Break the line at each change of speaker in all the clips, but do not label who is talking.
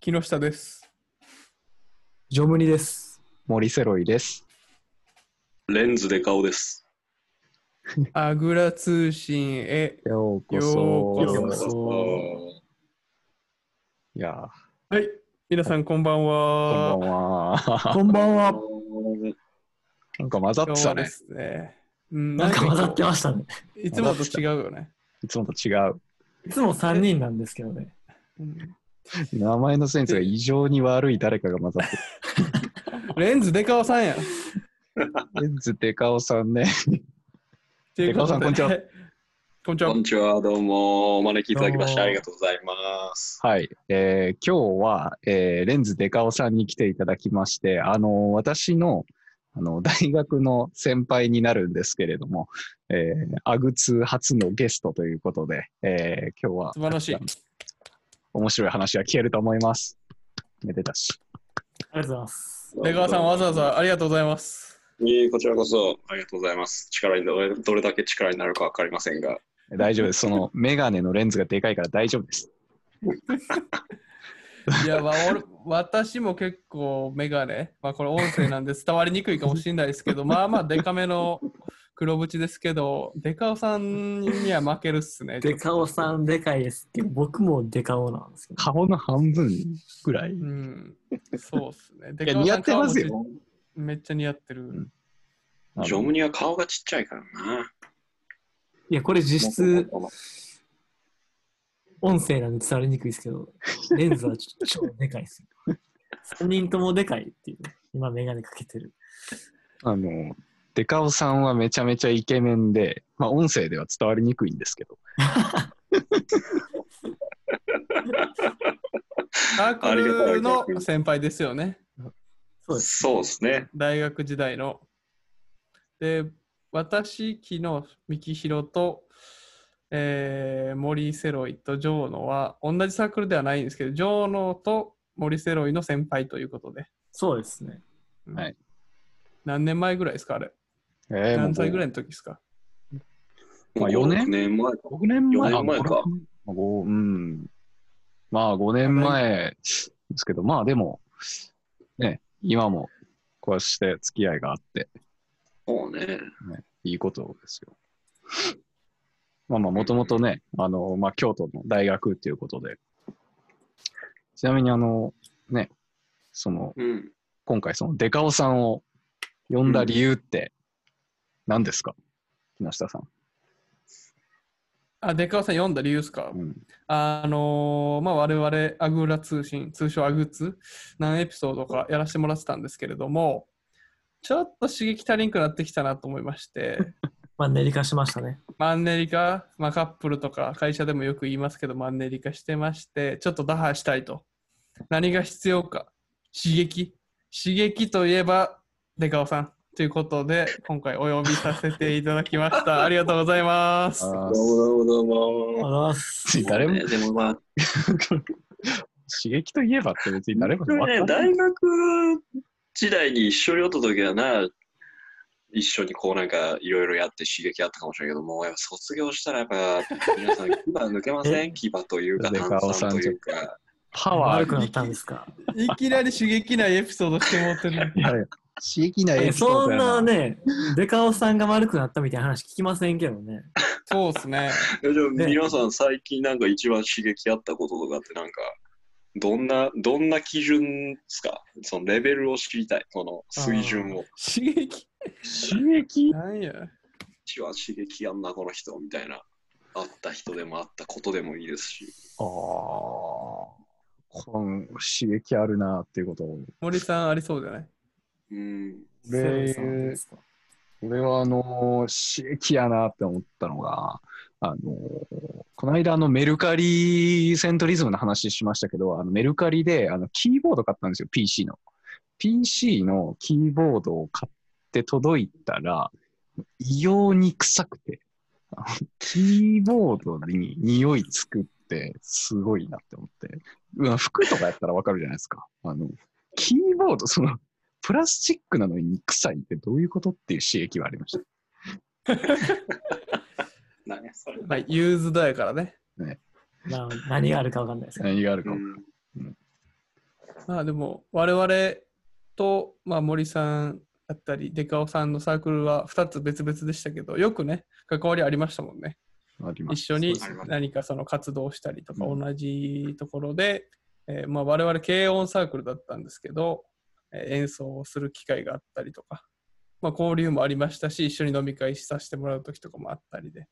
木下です。
ジョムニです。
森セロイです。
レンズで顔です。
あぐら通信へ。
ようこそ。
ようこ
う
そ
いや
はい。皆さんこんばん
ー、こ
は。
んばんは。
こんばんは。
なんか混ざって
今日は
た
で
ね。
すね。うん、
なんか混ざって
ま
ましたね。
いつもと違うよね。
いつもと違う。
いつも3人なんですけどね。
うん
名前のセンスが異常に悪い誰かが混ざって
レンズデカオさんやん。
る。レンズデカオさんね。
デ
カオさんこんにちは。
こんにちは
こん。にちは、どうも。お招きいただきましてありがとうございます。
はい。えー今日は、えーレンズデカオさんに来ていただきまして、あのー私の、あの、大学の先輩になるんですけれども、えーアグツ初のゲストということで、えー今日は
素晴らしい。
面白い話が聞けると思います。めでたし。
ありがとうございます。
出川さんわざわざありがとうございます。
いえこちらこそありがとうございます。力にどれどれだけ力になるかわかりませんが。
大丈夫です。そのメガネのレンズがでかいから大丈夫です。
いや、わ俺私も結構メガネ、まあ、これ音声なんで 伝わりにくいかもしれないですけど、まあまあデカめの黒縁ですけど、デカオさんには負けるっすね。
デカオさんでかいですけど、僕もデカオなんですけど。
顔の半分ぐらい。い
うん。そうっすね。デ
や、
カオ
似
さ
合
ん
ってます。よ。
顔めっちゃ似合ってる。
ん
ジョムニは顔がちっちゃいからな。
いや、これ実質音声なんで伝わりにくいですけど、レンズはちょ超でかいですよ。3人ともでかいっていう。今メガネかけてる。
あの、デカオさんはめちゃめちゃイケメンで、まあ音声では伝わりにくいんですけど、
サークルの先輩ですよね。
そうです。
そうですね。
大学時代の。で、私、昨日、三木ひろと、えー森セロイとジョーノは、同じサークルではないんですけど、ジョーノと森セロイの先輩ということで。
そうですね。
うん
はい
何年前ぐらいですかあれ。
え
何歳ぐら
い
いの時ですか
まあ四年
5 6年前か
?6 年前
四年前か。
あ五うん。まあ5年前ですけど、まあでも、ね、今もこうして付き合いがあって、
そうね。
いいことですよ。まあまあ、もともとね、あの、まあ、京都の大学っていうことで。ちなみに、あの、ね、その、
うん。
今回、その、デカオさんを呼んだ理由って、何ですか、木下さん。
あ、デカオさん読んだ理由ですか、
うん。
あのーまあ、我々、アグーラ通信、通称アグツ、何エピソードかやらせてもらってたんですけれども、ちょっと刺激足りんくなってきたなと思いまして、
まあ、練り化しましたね。
マンネリ化、まあ、カップルとか会社でもよく言いますけど、マンネリ化してまして、ちょっと打破したいと。何が必要か、刺激。刺激といえば、デカオさん。ということで、今回お呼びさせていただきました。ありがとうございます。
あ
どうもどうもどうも。
あす。
誰も
ね、でもまあ、
刺激といえばって別に誰も
僕は ね、大学時代に一緒におった時はな、一緒にこうなんかいろいろやって刺激あったかもしれないけど、もうやっぱ卒業したらやっぱ皆さん牙抜けません牙というか
でかお
炭
さん
酸というか。
パワ
悪
ー
くなったんですか。
いきなり刺激ないエピソードしてもってる。
が、刺激な
え
エピソ
そ
ード
ん
や
な。ね、デカオさんが悪くなったみたいな話聞きませんけどね。
そうですね。
えじゃあ
ね
皆さん最近なんか一番刺激あったこととかってなんか、どんな、どんな基準ですかそのレベルを知りたい。この水準を。
刺激
刺激
なんや。
一番刺激あんなこの人みたいな。あった人でもあったことでもいいですし。
ああ、この刺激あるなっていうことを
森さんありそうじゃない
うん。
で
セロイさんですか
俺はあのー刺激やなって思ったのが、あのーこの間あのメルカリセントリズムの話しましたけど、あのメルカリであのキーボード買ったんですよ、PC の。PC のキーボードを買って届いたら、異様に臭くて、 あのキーボードに匂いつくってすごいなって思って。うん服とかやったらわかるじゃないですか。あの、キーボード、その、プラスチックなのに臭いってどういうことっていう刺激はありました。
何それ。
まあ、ユーズドやからね。
な何があるかわかんないですけど。
何があるか
う
も。
ん
まあでも我々と、まあ、森さんだったりデカオさんのサークルは2つ別々でしたけどよくね関わりありましたもんね
ありま
一
す。
緒に
そうですね
何かその活動をしたりとか
うん
同じところで、えーまあ、我々軽音サークルだったんですけど、えー演奏をする機会があったりとか、まあ、交流もありましたし一緒に飲み会させてもらう時とかもあったりで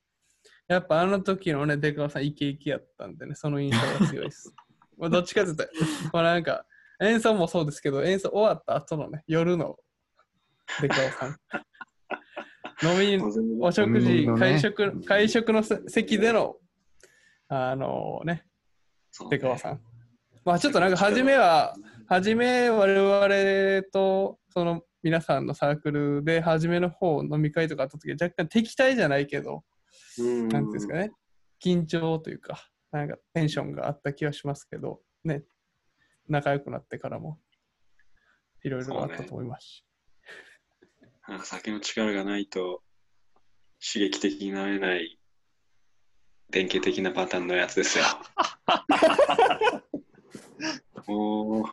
やっぱあの時のね出川さんイケイケやったんでねその印象が強い です。まあどっちかというとまあなんか演奏もそうですけど演奏終わった後のね夜の出川さ ん。飲みにお食事、
コンビニのね
会食、会食のせ席での、あのね、出川さん。まあちょっとなんか初めは、初め我々とその皆さんのサークルで初めの方飲み会とかあった時は若干敵対じゃないけど、
ん
なんていうんですかね、緊張というか、なんかテンションがあった気はしますけど、ね、仲良くなってからも、いろいろあったと思いますし。
なんか酒の力がないと刺激的になれない典型的なパターンのや つですよ。も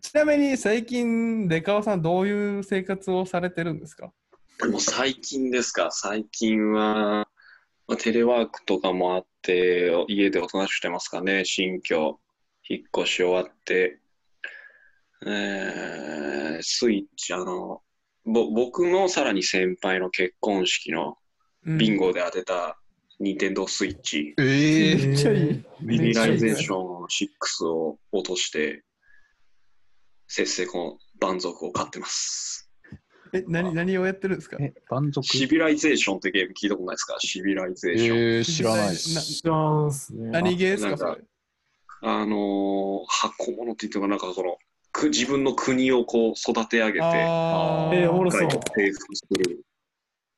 ちなみに最近、出川さん、どういう生活をされてるんですか
う、もう最近ですか、最近は、まあ、テレワークとかもあって、家でおとなしくしてますかね、新居、引っ越し終わって、えー、スイッチ、あの、ぼ僕のさらに先輩の結婚式のビンゴで当てた任天堂スイッチ。
え
めっちゃいい
え
ミ
ミ
ミ
ニ
ニラ
ラ
イ
イ
ゼ
ゼ
ー
ー
シ
シ
ョン6を落として、せっせこの蛮族を買ってます。
え、何、何をやってるんですか
え、蛮族
シビライゼーションってゲーム聞いたことないですかシビライゼーション。
えー、知らないです。
知らんっすね。
何ゲーです
な
か
ん
そ
か
れ。
あのー箱物って言ってもなんかその、く自分の国をこう育て上げて、
あー
えーおもろそう
世界を征服する。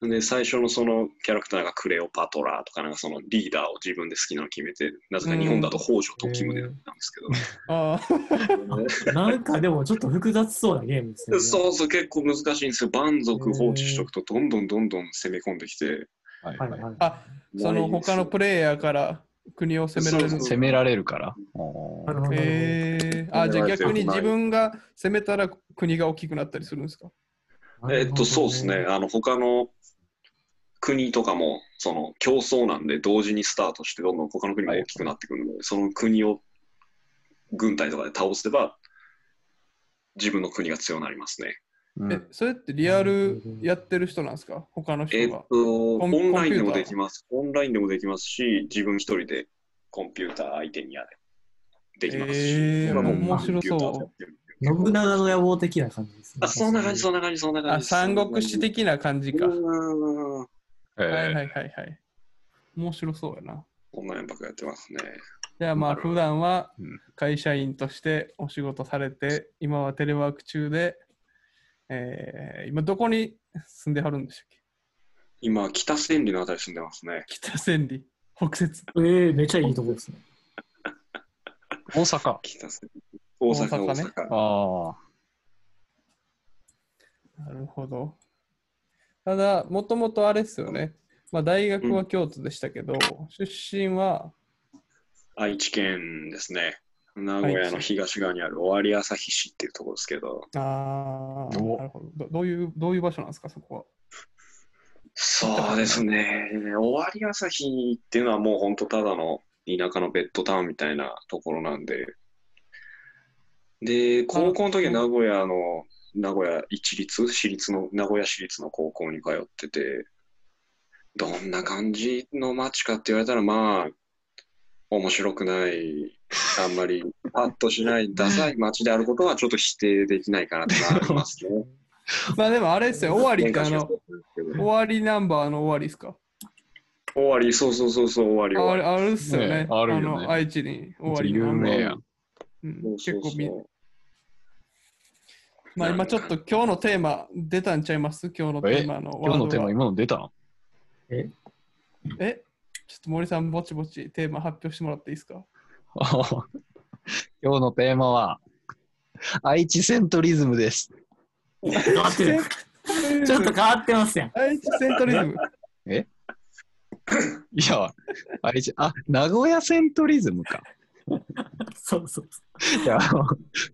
で、最初のそのキャラクターがクレオパトラとか、なんかそのリーダーを自分で好きなの決めて、なぜか日本だと北条時宗なんですけど、
あー
なんかでもちょっと複雑そうなゲームですよね。
そうそう、結構難しいんですよ。蛮族放置しとくと、どんどんどんどん攻め込んできて。
はい
はい
はい
はい。
あ、その他のプレイヤーから国を攻められ
そう
る。
攻められるから。
なるほど。
えー、あ、じゃあ逆に自分が攻めたら国が大きくなったりするんですか
なるほど
えっと、そうですね。。あの、他の国とかも、その、競争なんで、同時にスタートして、どんどん他の国が大きくなってくるので、その国を軍隊とかで倒せば、自分の国が強くなりますね。
うん
え、それってリアルやってる人なんですか他の
えっ
人が
と。、オ
ンピューター
ンラインでもできます。オンラインでもできますし、自分一人でコンピューター相手にやれ。できますし。
えー、
今も
面白
コンピューターで
そ
やってるんで
信長の野望的な感じですね。
あ、そんな感じ、そんな感じ、そんな
う。
感
あ、
じ。
三国志的な感じか。は
うーん。
い
え
はい
ー
はいはい。面白そうやな。
こんなばっかやってますね。
じゃあまあ
なるほど
普段は
うん
会社員としてお仕事されて、今はテレワーク中で、えー今どこに住んではるんでしたっけ
今、北千里のあたり住んでますね。
北千里、北節。
えー、めちゃいいとこ ですね。
大阪。
北千里。大阪、
大
大
阪ね
阪。
ああ。
なるほど。ただ、もともとあれですよね。まあ大学は京都でしたけど、出身は、
愛知県ですね。名古屋の東側にある尾張旭市っていうところですけど、
あー
お
なるほどど。どういう、どういう場所なんですか、そこは。
そうですね、尾張旭っていうのはもう本当ただの田舎のベッドタウンみたいなところなんで、で、高校の時は名古屋の、名古屋一律、私立の、名古屋市立の高校に通ってて、どんな感じの街かって言われたら、まあ、面白くない、あんま りパッとしない、ダサい街であることはちょっと否定できないかなってのはありますね。
まあでもあれですよ、終わりってあ
喧嘩しやす
の
か、ったですけど
終わりナンバーの終わりですか。
終わり、そうそうそうそう、終わり終
あ
わ
れ
り。
あるっすよね。
ねあるよね
の愛知に終わり
有名やん。
うん
そう
結
そうそう
構みまあ
なん
今
か
ちょっと今日のテーマ出たんちゃいます今日のテーマの
今
ワード
日の
が
テーマ、今の出たの
えちょっと森さんぼちぼちテーマ発表してもらっていいですか
あー今日のテーマは、愛知セントリズムです。
変わってる。ちょっと変わってますやん。
愛知セントリズム
いや、愛知、あ、名古屋セントリズムか。
そうそうそう。
いや、あの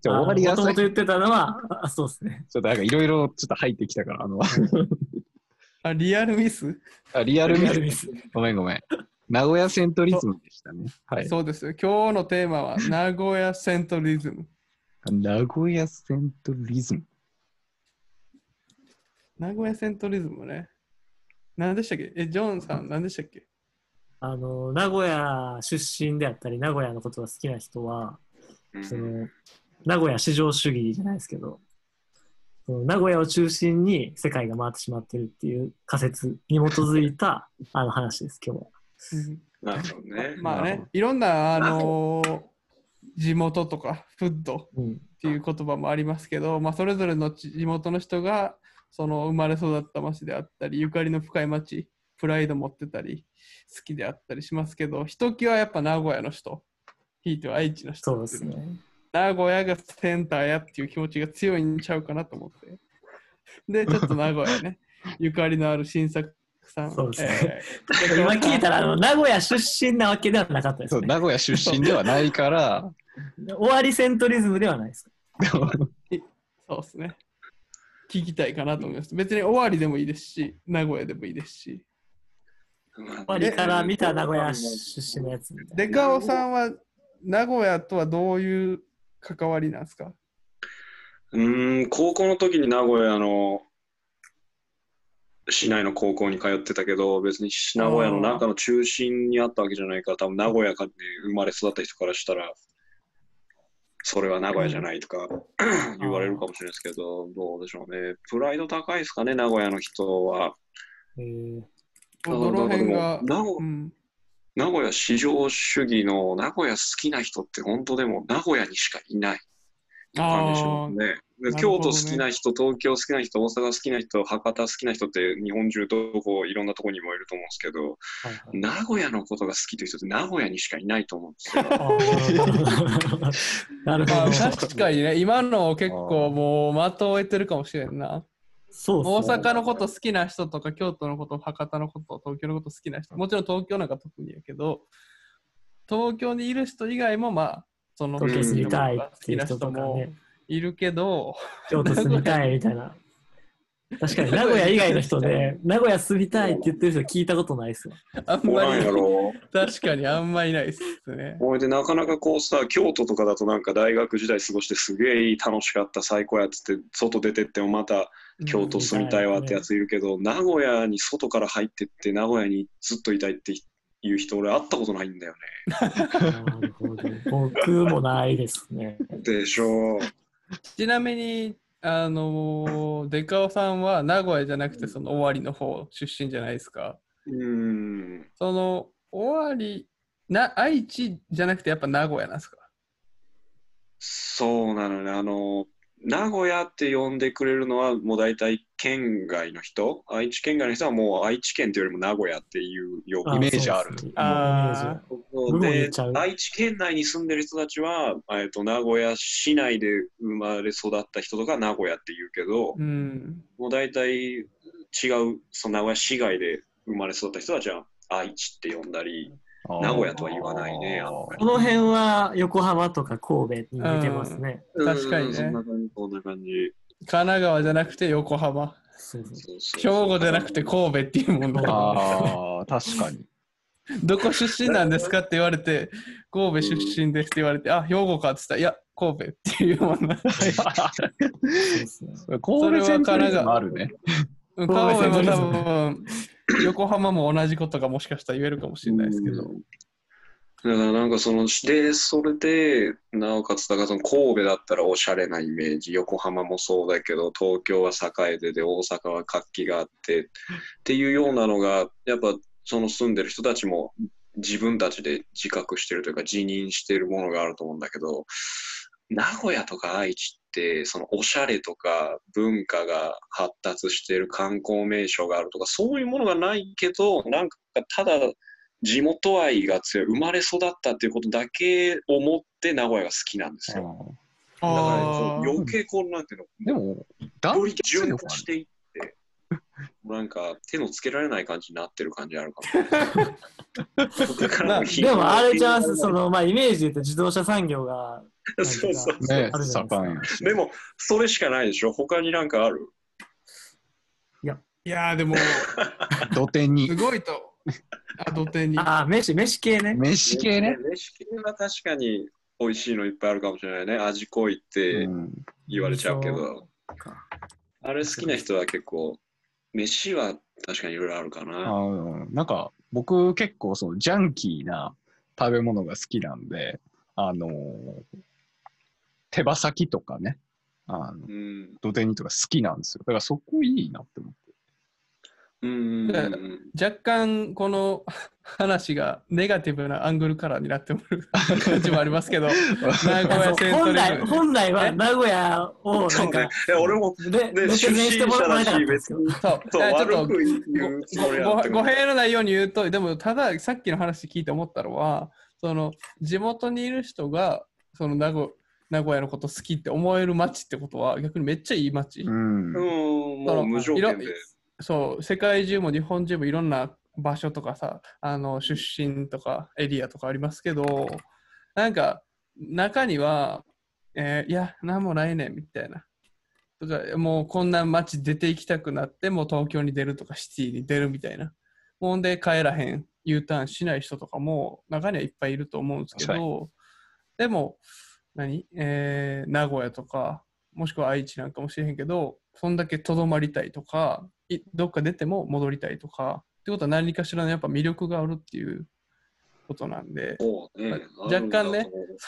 じゃあ終わり
も
が
と
さ
も
い。
と
ちょ
言ってたのは、あそうですね。
っとなんかいろいろちょっと入ってきたから、あの、
あ、リアルミス、
あリアルミ
リア
ス
ル。ミス。
ごめんごめん。名古屋セントリズムでしたね。はい。
そうですよ。今日のテーマは、名古屋セントリズム。
名古屋セントリズム。
名古屋セントリズムね。何でしたっけえ、ジョンさん、何でしたっけ
あの、名古屋出身であったり、名古屋のことが好きな人は、その、名古屋至上主義じゃないですけど、その名古屋を中心に世界が回ってしまってるっていう仮説に基づ いたあの話です、今日は。
うん
なるほ どね。
まあ
なる
ね
ほ、
いろんな、あのー地元とか、フッド
うん。
っていう言葉もありますけど、まあ、それぞれの地地元の人がその生まれ育った町であったりゆかりの深い町プライド持ってたり好きであったりしますけどひときわやっぱ名古屋の人ひいては愛知の人
そうで
ってい
す
うのは
ね。
名古屋がセンターやっていう気持ちが強いんちゃうかなと思ってでちょっと名古屋 ねゆかりのある新作さん
そうですね
えー
今聞いたら、あの、名古屋出身なわけではなかったです
そう、
ね。
名古屋出身ではないから、
終わりセントリズムではないです。
そうですね。聞きたいかなと思います。別に終わりでもいいですし、名古屋でもいいですし。
終
終わりから見た名古屋出身のやつみたいな。
デカオさんは名古屋とはどういう関わりなんですか
うーん、高校の時に名古屋の市内の高校に通ってたけど、別に名古屋の中の中心にあったわけじゃないから、多分名古屋かって生まれ育った人からしたら、それは名古屋じゃないとか 言われるかもしれないですけど、どうでしょうね。プライド高いですかね、名古屋の人は。
え ー
どの辺が、
名古
うん、
名古屋至上主義の名古屋好きな人って本当でも名古屋にしかいない感じしま
あ
す
ー
ね。
な
で
る
京
ほどね
都好きな人、東京好きな人、大阪好きな人、博多好きな人って日本中どこいろんなとこにもいると思うんですけど、
はいはい
名古屋のことが好きという人って名古屋にしかいないと思うんです よ。
あー なるほど。
まあ
なるほど。
確かにね、今の結構もう的を置いてるかもしれんな。
そう
大
っすね
阪のこと好きな人とか、京都のこと、博多のこと、東京のこと好きな人、もちろん東京なんか特にやけど、東京にいる人以外もまあ、その
東京住みたいっ
好
て
き
いう
な
人
人
とか
も
ね、
いるけど、
京都住みたいみたいな。確かに名古屋以外の人で、名古屋住みたいって言ってる人聞いたことないっすよ。
あん
お
ま
らん
り
や、ろ。
確かにあんまりいないですね。
おいでなかなかこうさ、京都とかだとなんか大学時代過ごしてすげえいい楽しかった、最高やっつって、外出てってもまた京都住みたいわってやついるけど、名古屋に外から入ってって、名古屋にずっといたいっていう人、俺会ったことないんだよね。
なるほど。僕もないですね。
でしょう。
ちなみに、あのーデカオさんは名古屋じゃなくて、その尾張の方出身じゃないですか。
うーん。
その、尾張、な、愛知じゃなくてやっぱ名古屋なんですか
そうなのね。あの、名古屋って呼んでくれるのは、もう大体県外の人。愛知県外の人はもう愛知県というよりも名古屋っていう呼
あ
イ
び
メージあ
そ
る
うっすね
あ
方
僕も言
で
っちゃう、
愛知県内に住んでる人たちは、えっと、名古屋市内で生まれ育った人とか名古屋って言うけど、
うん。
もう大体違う、その名古屋市外で生まれ育った人たちは愛知って呼んだり、名古屋とは言わないねあんま
この辺は横浜とか神戸に似てますね。
確かにね
うんそんな感じ、そんな感じ。
神奈川じゃなくて横浜。
そうそう
そうそう
兵庫じゃなくて神戸っていうもんだ。
ああ、確かに。
どこ出身なんですかって言われて、神戸出身ですって言われて、あ、兵庫かって言ったら、いや、神戸っていう もんな。
そうっすね
神戸セントリズムあるね。
うん
神
神戸
戸
も
セントリズ
多
ム
分、横浜も同じことがもしかしたら言えるかもしれないですけど。
うんだからなんかそのでそれでなおかつだからその神戸だったらおしゃれなイメージ横浜もそうだけど東京は栄でで大阪は活気があってっていうようなのがやっぱその住んでる人たちも自分たちで自覚してるというか自認してるものがあると思うんだけど名古屋とか愛知ってそのおしゃれとか文化が発達してる観光名所があるとかそういうものがないけどなんかただ地元愛が強い生まれ育ったっていうことだけを持って名古屋が好きなんですよ。だから
あ
こう
ー
余計こうなんていうの
でも、
よ
男
り
女
純
性
化していっなんか手のつけられない感じになってる感じあるか も。だからう
でもあれじゃあ、その、まあ、イメージで言うと自動車産業が、
そう
あ
ね
そう。
るじゃないですか
盛んやし。
でも、それしかないでしょ他になんかある
いやー でも、
土手 に
す。ごいと。あ、土手に。
ああ、飯、飯系ね。
飯系ね。。
飯系は確かに美味しいのいっぱいあるかもしれないね。味濃いって
うん
言われちゃうけど。
か
あれ好きな人は結構、飯は確かにいろいろあるか
あ
な。
のなんか僕結構そのジャンキーな食べ物が好きなんで、あの手羽先とかね、あの
うん。
土手にとか好きなんですよ。だからそこいいなって思って。
うんうんうんうん。
若干この話がネガティブなアングルからになってもる 感じもありますけど、名古屋セントリ
本来、
ー
本来は名古屋を、な
そうん
か、。
ねいや、俺も、
で、
ね、
ロケ
出身
弁しても
者
らえ
だ
なかった
し、
んですけ
別
そ
ど
に。
う、
そう
だからちょっと
悪く言うつもりだ
ご
っ
ご
た
語弊のないように言うと、でもたださっきの話聞いて思ったのは、その地元にいる人がその名古名古屋のこと好きって思える街ってことは逆にめっちゃいい街。
うん
うん、もう無条件で
いろ。そう、世界中も日本中もいろんな場所とかさ、あの出身とかエリアとかありますけど、なんか中には、えーいや、なんもないねんみたいな。とか、もうこんな街出て行きたくなって、もう東京に出るとかシティに出るみたいな。ほんで帰らへん、U ターンしない人とかも中にはいっぱいいると思うんですけ
確
ど、でも、何えー名古屋とか、もしくは愛知なんかもしれへんけど、そんだけとどまりたいとか、いどっか出ても戻りたいとか、ってことは何かしらのやっぱ魅力があるっていうことなんで、
そうね
若干ね、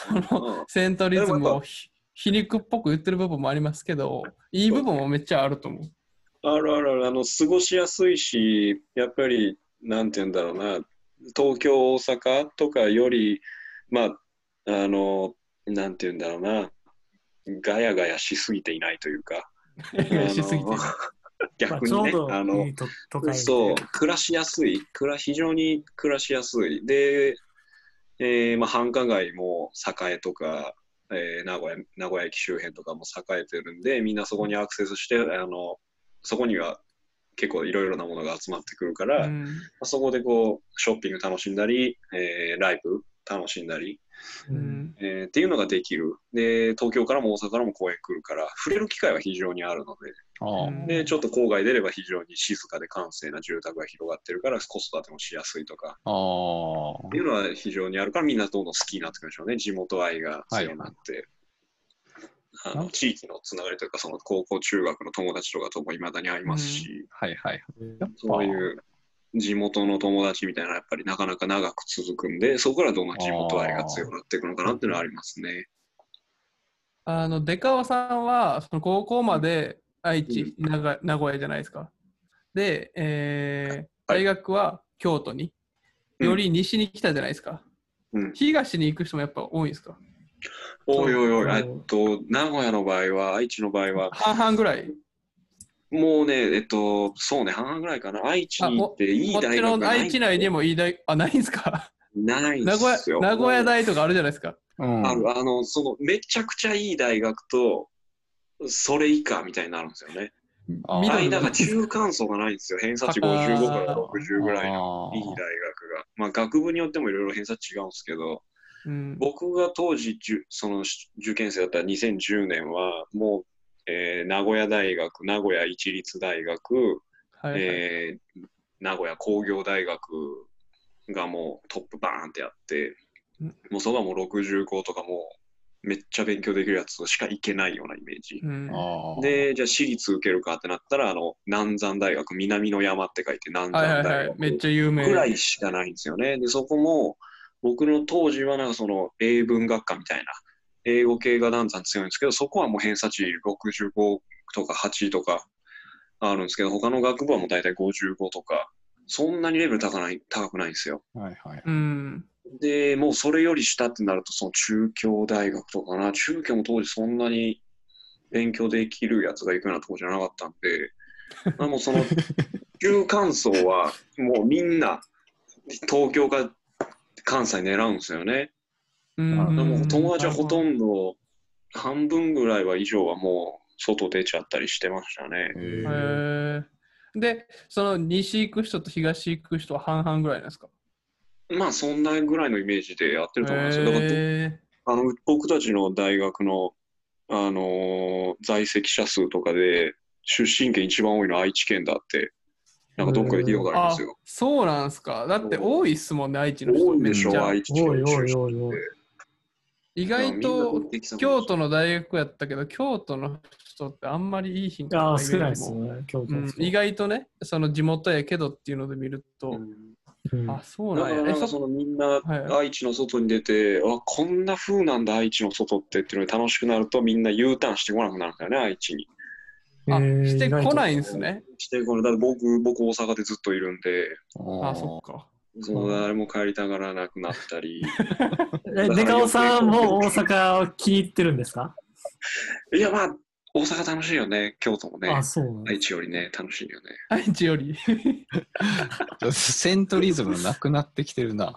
あるんだと思ううん
セントリズ
で
ム
もやっ
をひ皮肉っぽく言ってる部分もありますけど、いい部分もめっちゃあると思う。
あるあるあるあの、過ごしやすいし、やっぱり、なんて言うんだろうな、東京、大阪とかより、まあ、あの、なんて言うんだろうな、ガヤガヤしすぎていないというか、
しすぎて
あの。
まあ、
逆
ち
に
ょ
ね
う、ど
あの
いいと都会みたいな
そう、暮らしやすい、暮ら非常に暮らしやすい。で、えーまあ、繁華街も栄とか、えー名古屋名古屋駅周辺とかも栄えてるんで、みんなそこにアクセスして、あのそこには結構いろいろなものが集まってくるから、
う
ま
ん
あ、そこでこうショッピング楽しんだり、えーライブ楽しんだり、
う
うん
ん
えーっていうのができる。で、東京からも大阪からも公園来るから、触れる機会は非常にあるので。
あ
うん
で、ちょっと郊外出れば非常に静かで閑静な住宅が広がってるから、子育てもしやすいとか、
ああ
っていうのは非常にあるから、みんなどんどん好きになってくるんでしょうね。地元愛が強くなって。あ
な
の地域のつながりというか、その高校、中学の友達とかともいまだに会いますし、
はいはい。やっぱ
そういう地元の友達みたいなのはやっぱりなかなか長く続くんで、そこからどんどん地元愛が強くなっていくのかなっていうのはありますね。
あの、出川さんは、その高校まで愛知、名古名古屋じゃないですか。で、えー
はい
大学は京都に、
うん
より西に来たじゃないですか。
うん
東に行く人もやっぱ多いんですか
おいおいお
う
い、
ん
えっと、名古屋の場合は、愛知の場合は、
半々ぐらい。
もうね、えっと、そうね、半々ぐらいかな。愛知に行って、いい
こっ
大
ち
学
の
がない
愛知内にもいい大、あ、ないんですか
ないん
名古
です
屋
よ。
名古屋大とかあるじゃないですか。
うん
ある、あの、その、めちゃくちゃいい大学と、それ以下みたいになるんですよね。
あー
緑
間
の
が中間層がないんですよ。偏差値55から60ぐらいの
あー
いい大学が。まあ、学部によってもいろいろ偏差値違うんですけど、
うん
僕が当時じゅそのし受験生だった2010年は、もう、えー名古屋大学、名古屋一律大学、
はいはい
えー名古屋工業大学がもうトップバーンってやって
うん、
もうそばもう65とかもうめっちゃ勉強できるやつしか行けないようなイメージ
う。ん
あー、
で、じゃあ私立受けるかってなったら、あの、南山大学、南の山って書いて南
はいは
山
いは
大
い。
学
めっちゃ有名。
ぐらいしかないんですよね。で、そこも僕の当時はなんかその英文学科みたいな、英語系がダンさん強いんですけど、そこはもう偏差値65とか8とかあるんですけど、他の学部はもう大体55とか、そんなにレベル高ない高くないんですよ。
はいはい。
うん。
で、もうそれより下ってなると、その中京大学とかな、中京も当時そんなに勉強できるやつが行くようなとこじゃなかったんで、まあもうその中間層はもうみんな東京か関西狙うんですよね。
うん
でも友達はほとんど半分ぐらいは以上はもう外出ちゃったりしてましたね。
へ
へー
ーで、その西行く人と東行く人は半々ぐらいなんですか
まあそんなぐらいのイメージでやってると思いますよ。だから
へ
あの僕たちの大学の、あのー在籍者数とかで出身県一番多いのは愛知県だってなんかどっかで聞いたこ
ー
とありま
あ
すよ。、
そうなんですか。だって多いっすもんね、愛知の人。
多いでし
めっち
ょ
ゃ
愛知県
おい
の出
おい
身
おいおい。
意外と京都の大学やったけど、京都の人ってあんまりいい品イメ
ああ、
ージ
少ないで
も
すね、京都
う
の
ん
人、
意外とね、その地元やけどっていうので見ると、
うん
うん
あ、そう
だ
な
か
んや
ら。
え
なんか
そ
そのみんな
は
愛知の外に出て、あこんな風なんだ愛知の外ってっていうので楽しくなるとみんな U ターンしてこなくなるんだよね愛知に。
あ
えー
してこ
意外と
ないんですね。
してこれだって僕僕大阪でずっといるんで
あ、そっか。
その誰も帰りたがらなくなったり。
え、デカオさんも大阪を気に入ってるんですか、
いやまあ大阪楽しいよね京都もね
あ、そうなんだ
愛知よりね楽しいよね。
愛知より。
セントリズムなくなってきてるな。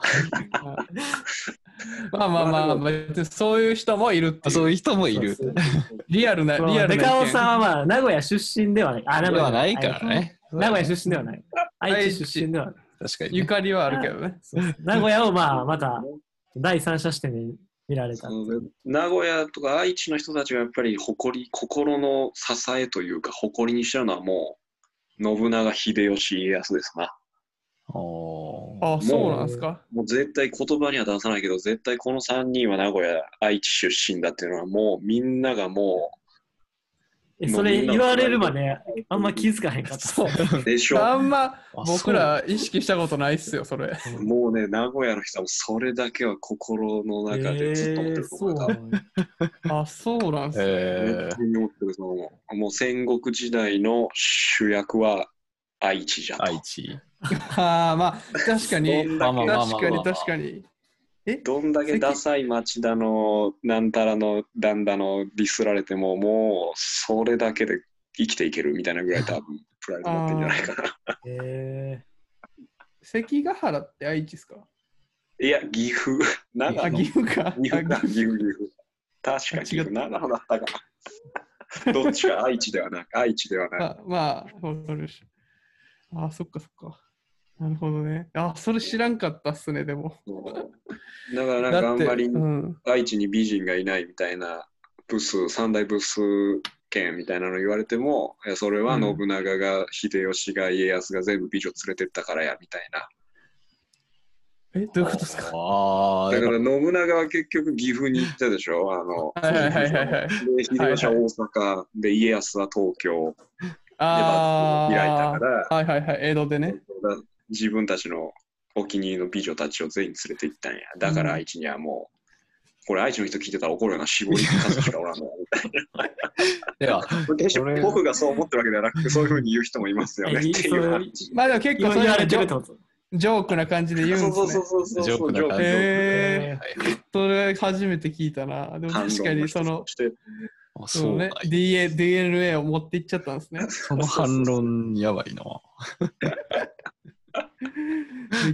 まあまあまあ、別にそういう人もいるってい。
そうういう人もいる。
リアルな、リ
ま
ア
あ
ルな意見。
デカオさんは、まあ、名古屋出身ではない。あ、名
で
古屋
はないから。ね。
名古屋出身ではない。愛知出身ではない。
確かに
ゆ
ね。
かりはあるけどね。
名古屋をまあ、また第三者視点で見られた
そ。の名古屋とか愛知の人たちがやっぱり誇り心の支えというか誇りにしてるのはもう信長秀吉家康ですな
おー
あ、そうなんですか。
もう絶対言葉には出さないけど絶対この3人は名古屋愛知出身だっていうのはもうみんながも
えそれ言われるまで、あんま気づかへんかった。
そう。
う でし
あ
ょ
んま
あ
僕ら意識したことないっすよ、それ。
もうね名古屋の人はそれだけは心の中でずっと思ってると思う、多分
あ、そうなんすね
え
本当に思ってると思うもう戦国時代の主役は愛知じゃ
ー
と
愛知。
ああ、まあ、確かに、
まあまあまあまあま
確か
あ
に、確かに。
どんだけダサい町だの、なんたらの、なんだの、ディスられても、もう、それだけで生きていけるみたいなぐらい、多分プライド持ってんじゃないかな。
え
関ヶ原って愛知っすか
いや、岐阜。長
あ、
野。
岐
岐
阜か。
阜
あ
だ、
岐
岐阜、岐阜。確か岐
あ違
阜、
っ
長野だったか。どっちか愛知ではなく、愛知ではなく。
あまあ、わかるし。あー、そっかそっか。なるほどね。あ、それ知らんかったっすね、でも。
だから、なんかあんまり
うん、
愛知に美人がいないみたいな、ブス、三大ブス県みたいなの言われても、いやそれは信長が、秀吉が、家康が全部美女連れてったからや、みたいな。
え、どういうことですか
ああ、
だから信長は結局岐阜に行ったでしょあの、
はいはいはいはいはい。
で秀吉は大阪、で家康は東京で
あ
幕府を開いた
あ
から、
はいはいはい、江戸でね。
自分たちのお気に入りの美女たちを全員連れて行ったんや。だから愛知にはもう、これ愛知の人聞いてたら怒るような絞り数しかおらんのや。
では、
決して
それ
僕がそう思ってるわけではなくて、そういうふうに言う人もいますよねっていう話。
まあでも結構
今
そう
言
いう
わ
の
れ
ジ
てるっ
ョ
てこと
ジョークな感じで言うん
そう
です
そ
ね。
うそうそう。
ジョークな感じ
へ
はい
ー、それ初めて聞いたな。でも
反論
確かにその
と、して
あ
そ
そう
の
なん
ね
や、
DA DNA を持っていっちゃったんです ね。
その反論やばいな。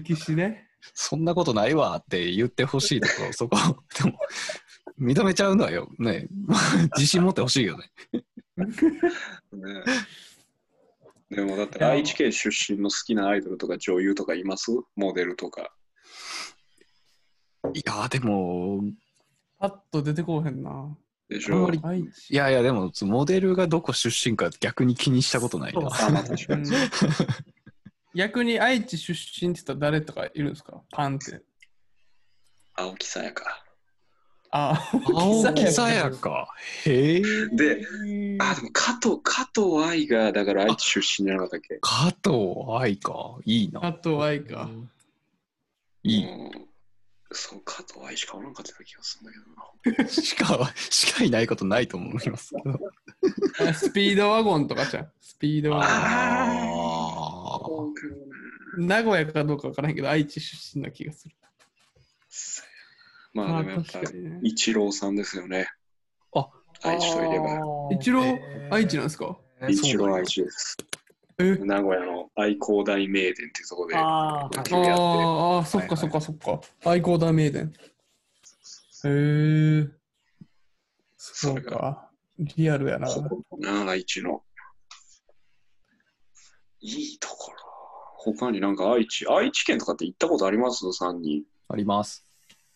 歴史ね。
そんなことないわって言ってほしいと ころ、そこ、でも、認めちゃうのはよ、ね、 自信持ってほしいよね。
ねでもだって愛知県出身の好きなアイドルとか女優とかいますモデルとか。
いやー、でも、
パッと出てこうへんな。
でし
あん
ょ
まり
愛知。
いやいや、でも、モデルがどこ出身か逆に気にしたことないな。
そ
あまあ確か
う
に
ん逆に愛知出身って言ったら誰とかいるんですかパンって。
青木さやか。
あ、
青木さやか。へえ。
で、あ、でも加藤、加藤愛が、だから愛知出身じゃなかったっけ
加藤愛か。いいな。
あと愛か。
いい。
うんそう、加藤愛しかおらんかったような気がするんだけどな。
しか、しかいないことないと思いますけ ど。
あスピードワゴンとかじゃん。スピードワ
あー
ゴン。名古屋かどうかわからんけど、愛知出身な気がする。
まあでもやっぱ、
確かにね。
一郎さんですよね。
あ
愛知といえば。
一郎、愛知なん
ん
ですか
一郎愛
知。
知です。
え
名古屋の愛工大名電っていうところで。
ああ、はい。
あ
やって
ーあー、そっかそっかそっか。愛工大名電。へえ。そ
そうれが
か。リアルやな。
なあ、愛知の。いいところ。他になんか愛知、愛知県とかって行ったことあります ?3 人。
あります。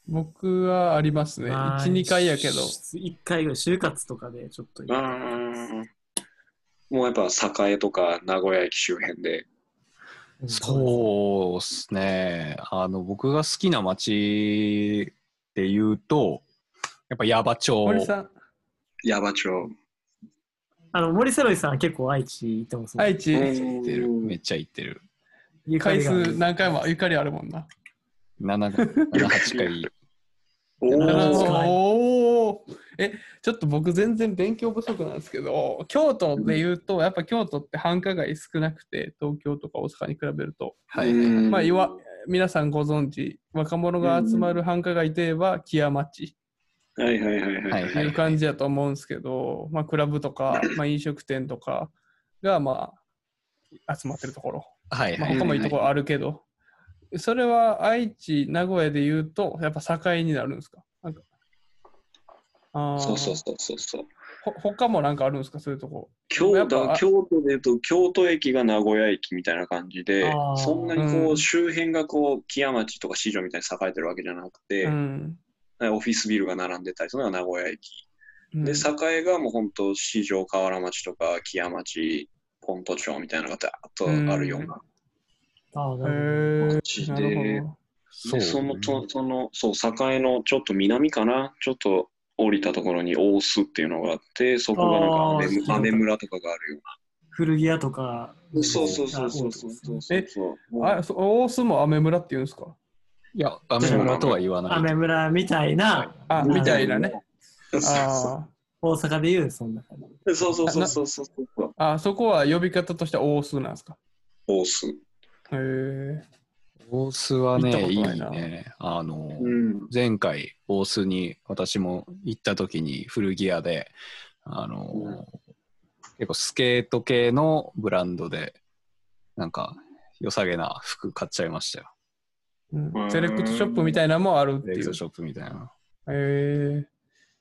僕はありますね。
まあ
1、2回やけど。
し1回ぐらい、就活とかでちょっと
うーん。もうやっぱ栄とか名古屋駅周辺で。
そうですね。あの、僕が好きな街で言うと、やっぱ矢場町。
森さん、
矢場町。
あの、森セロイさんは結構愛知行ってますもん
愛知、
行ってる。めっちゃ行ってる。
ゆか
回
りがある
数何回もゆかりあるもんな。
7、7 8回。
お
お
近
ー
い
おおーえ、ちょっと僕全然勉強不足なんですけど、京都で言うと、やっぱ京都って繁華街少なくて、東京とか大阪に比べると、
はい。
まあいわ
う
皆さんご存知、若者が集まる繁華街といえば、木屋町
んはいはいはいはい。
っていう感じやと思うんですけど、まあクラブとか、まあ飲食店とかが、まあ、集まってるところ。
はい。
まあ、
はい
他もいいところあるけど、それは愛知、名古屋で言うと、やっぱ境になるんですかなんかあー
そうそうそうそうそう。
ほ他もなんかあるんですかそういうとこ。や
京
っぱ
都京都で言うと京都駅が名古屋駅みたいな感じで
あー
そんなにこう、
うん
周辺がこう木屋町とか市場みたいに栄えてるわけじゃなくて、
うん。
オフィスビルが並んでたりするのが名古屋駅、
うん
で栄がもう本当市場河原町とか木屋町本都町みたいなのがダーッとあるような、
ああ、
へ
なる
ーなるほ
そ
でそのとそのそう栄のちょっと南かなちょっと降りたところに大須っていうのがあってそこがなんか
あー
雨む雨村とかがあるような
ほど。古着屋とか。
そうそうそうそうそうそうそう
えど。あ、そ大須もアメ村って言うんですか
いや、アメ村とは言わない。
雨村みたいな、
あ、
うん
みたいなね。
そうそう
あ
大阪でいうそんな感じ。
そうそうそうそうそうそう。
ーあ、そこは呼び方としては大須なんですか
オース。
へえ。
大須は
行った
ね、
こ
い
と
い
ないな
ね。あの、
うん。
前回大須に私も行った時に古着屋であの、
うん
結構スケート系のブランドでなんか良さげな服買っちゃいましたよ
うんセレクトショップみたいなのもあるって
レク
い
ゾ
う
シ。ョップみたいな
えー、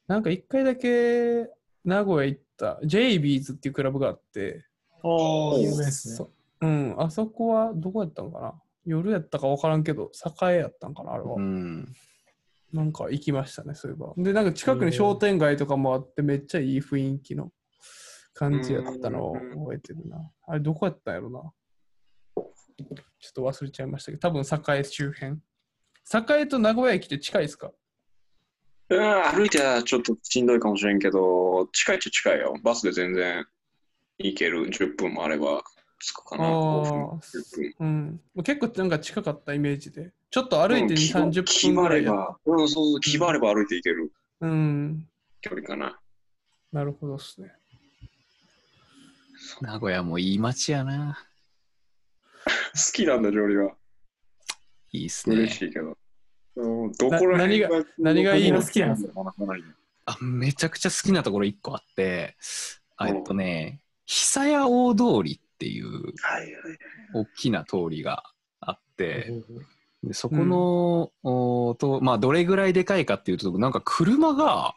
なんか一回だけ名古屋行った、ジェイビーズっていうクラブがあって、
おー、有名ですね。
そうん、あそこはどこやったのかな夜やったか分からんけど、栄やったんかなあれは、
うん
なんか行きましたね、そういえば。で、なんか近くに商店街とかもあって、めっちゃいい雰囲気の感じやったのを覚えてるな。あれどこやったんやろなちょっと忘れちゃいましたけど、多分栄周辺。栄と名古屋駅って近いですか
うん、歩いてはちょっとしんどいかもしれんけど、近いっちゃ近いよ。バスで全然行ける。10分もあれば着くかな。5分。
あー
10分。
うん、結構なんか近かったイメージで、ちょっと歩いて
うん
2、30
気
分
張
ぐら
れ
いや
ば、うん、そうそう、気張れば歩いて行ける
うん、
距離かな。
なるほどですね。
名古屋もいい街やな
好きなんだ、料理は。
いいっす
嬉
ね
しいけど。うんどこら辺
な何がいいの
好きなんです
か
あめちゃくちゃ好きなところ1個あってあえっとね久屋大通りっていう
はいはい。
大きな通りがあって、
う
でそこの、おーとまあ、どれぐらいでかいかっていうとなんか車が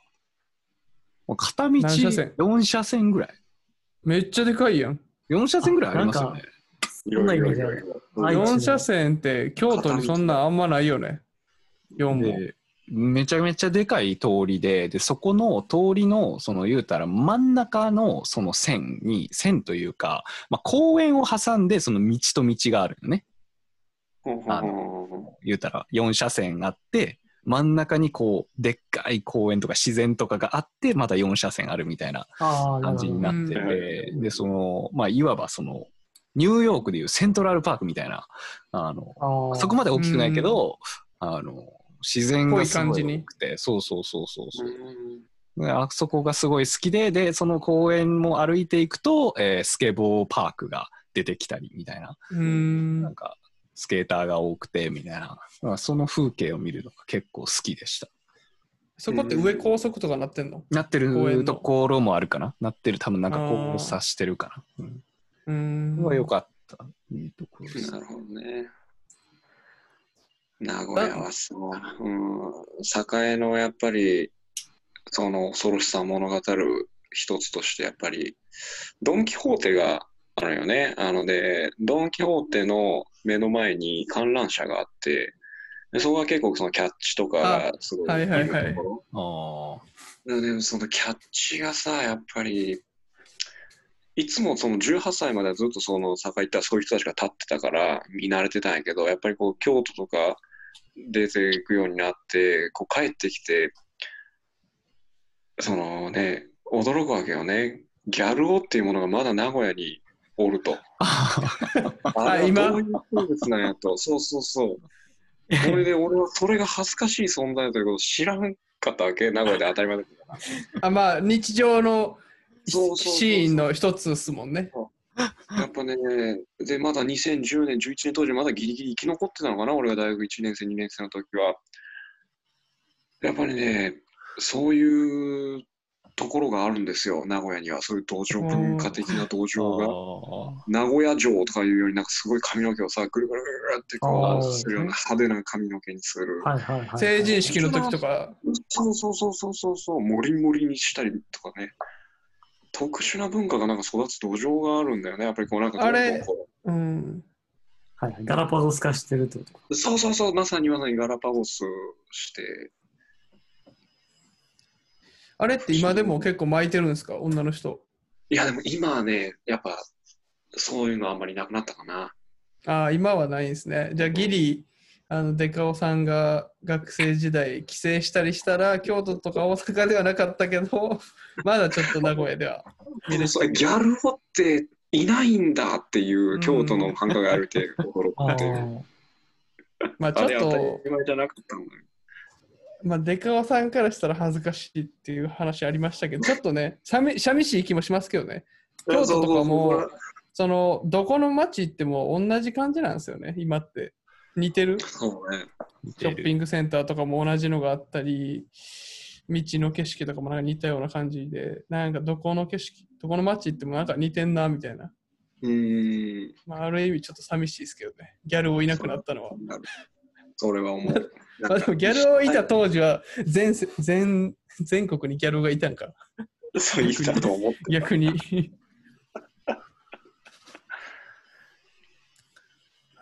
もう片道
何車線
4車線ぐらい
めっちゃでかいやん。
4車線ぐらいありますよね
い
んな
ろい
イメ
ろ
ー
い
ジあ
ろ
る
いろ。
愛知の
4車線って京都にそんなんあんまないよね。4も。
でめちゃめちゃでかい通りででそこの通りのその言うたら真ん中のその線に線というか、まあ、公園を挟んでその道と道があるよね
ほんほんほんほん
言うたら4車線あって真ん中にこうでっかい公園とか自然とかがあってまた4車線あるみたいな
ああ、な
感
るほ
じ
ど
になってて、
うん
でそのまあいわばそのニューヨークでいうセントラルパークみたいなあの
ああ
そこまで大きくないけど、あの自然がすご
ぽい感じ
い
に
多くてそうそうそうそうそううんであそこがすごい好きででその公園も歩いていくと、えースケボーパークが出てきたりみたいな
うー
なん
ん。
かスケーターが多くてみたいな、まあ、その風景を見るのが結構好きでした
そこって上高速とかなってんの
なって
公園の
るところもあるかななってる多分なんかこ
あ
う
ー
察してるかな、うん
うーん。
は良かった。いいところです
な。るほどね。名古屋はそう、うん、栄のやっぱり、その恐ろしさを物語る一つとして、やっぱり、ドン・キホーテがあるよね。あので、ドン・キホーテの目の前に観覧車があって、でそこが結構そのキャッチとかがすごい
はいはいはい
いいところ
ああ。
うんでもそのキャッチがさ、やっぱり、いつもその18歳まではずっとその坂行ったらそういう人たちが立ってたから見慣れてたんやけど、やっぱりこう京都とか出ていくようになって、こう帰ってきて、そのね、驚くわけよね。ギャル男っていうものがまだ名古屋におると。あれ
今
はどういう生物なんやと。そうそうそう。それで俺はそれが恥ずかしい存在だということを知らんかったわけ、名古屋で当たり前だけど。
あまあ、日常の
そうそうそうそう
シーンの一つですもんね。
やっぱね、で、まだ2010年、11年当時、まだギリギリ生き残ってたのかな、俺が大学1年生、2年生の時は。やっぱりね、そういうところがあるんですよ、名古屋には。そういう道場、文化的な道場が。名古屋城とかいうより、なんかすごい髪の毛をさ、ぐるぐるぐるぐるってこ
あー
う、するような派手な髪の毛にする。
はいはいはい。
成人式の時とか、
そうそうそうそうそうそう、もりもりにしたりとかね。特殊な文化がなんか育つ土壌があるんだよね。やっぱりこうなんかどんどんこう、
あれうん、
はいはい。ガラパゴス化してるってことか。
そうそうそう、まさにまさにガラパゴスして、
あれって今でも結構巻いてるんですか、女の人。
いやでも今はね、やっぱそういうのあんまりなくなったかな。
ああ、今はないんですね。じゃあ、ギリ、あのデカオさんが学生時代帰省したりしたら、京都とか大阪ではなかったけど、 まだちょっと名古屋では見れて
そう
た
ギャルホっていないんだっていう京都の繁華街歩いて 驚
あ
くっていう。
まあちょ
あ
っ
れ当た
と、
り前じゃなかったのよ
まあ、デカオさんからしたら恥ずかしいっていう話ありましたけど、ちょっとね、寂寂しい気もしますけどね。京都とかも、その、どこの町行っても同じ感じなんですよね、今って。似てる
そうね。
ショッピングセンターとかも同じのがあったり、道の景色とかもなんか似たような感じで、なんかどこの景色、どこの街行ってもなんか似てんなみたいな。
うーん。
まあ、ある意味ちょっと寂しいですけどね。ギャルをいなくなったのは。
それは思う。
まあ、でもギャルをいた当時は全世全全国にギャルがいたんか。
そう言ったと思って。
逆に。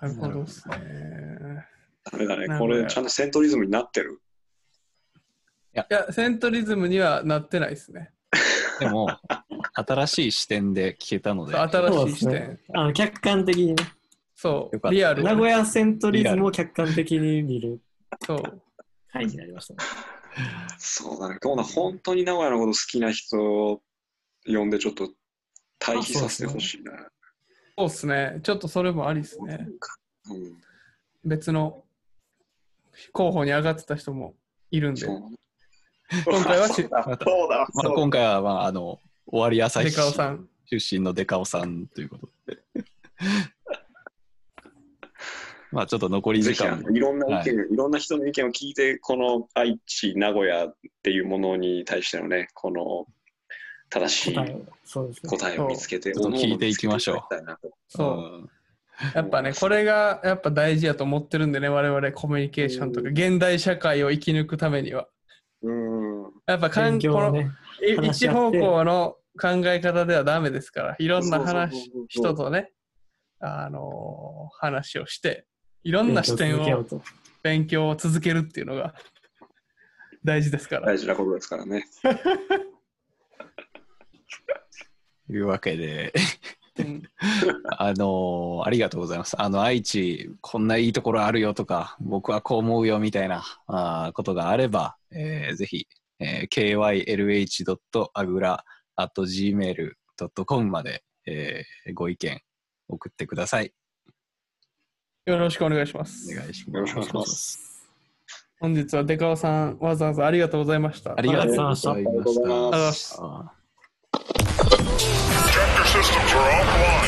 なるほどですね。
ダメだね。
なんか
これちゃんとセントリズムになって
い
る。
や、セントリズムにはなってないですね。
でも、新しい視点で聞けたので、
新しい視
そうです
点
ね。あの客観的にね。
そ
よか
う、
った
リアル。
名古屋セントリズムを客観的に見る
そう。
回になりましたね。
そうだね。今度は本当に名古屋のこと好きな人を呼んでちょっと対比させてほしいな。
そうっすね。ちょっとそれもありっすね。
うん
別の候補に上がってた人もいるんで。
そう
今回はし
そうだ
また
そうだ
まあ、
そうだ
今回は、まあ、あの、終わり朝
デ
日
カオさん。
出身のデカオさんということで。 まあ、ちょっと残り
ぜ
時
ひあ
間
のいろんな意見、い、ろんな人の意見を聞いて、この愛知、名古屋っていうものに対してのね、この正しい
答えを。そうですね。
答えを見つけて、
そう
おのおの
聞いていきましょう
見つけていきたいなと
そう。
うん
やっぱね、これがやっぱ大事やと思ってるんでね、我々コミュニケーションとか、現代社会を生き抜くためには。
うん。
やっぱかん、
勉強
こ
を
の
ね。
い
話し
一
合って
方向の考え方ではダメですから、いろんな話、人とね、あのー話をして、いろんな視点
勉強を
を
続けようと
勉強を続けるっていうのが大事ですから。
大事なことですからね。
というわけで、
うん
あのありがとうございます。あの、愛知、こんないいところあるよとか、僕はこう思うよみたいなあーことがあれば、えーぜひ、えー kylh.agra.gmail.com まで、えーご意見送ってください。
よろしくお願いしま
お
す。
願いし
よ
ま
ろ
す
しくお願いします。
本日はデカオさん、わざわざありがとうございました。
ありがとうござ
あ
いま
り
がとうございま
し。
した
Tractor systems are offline.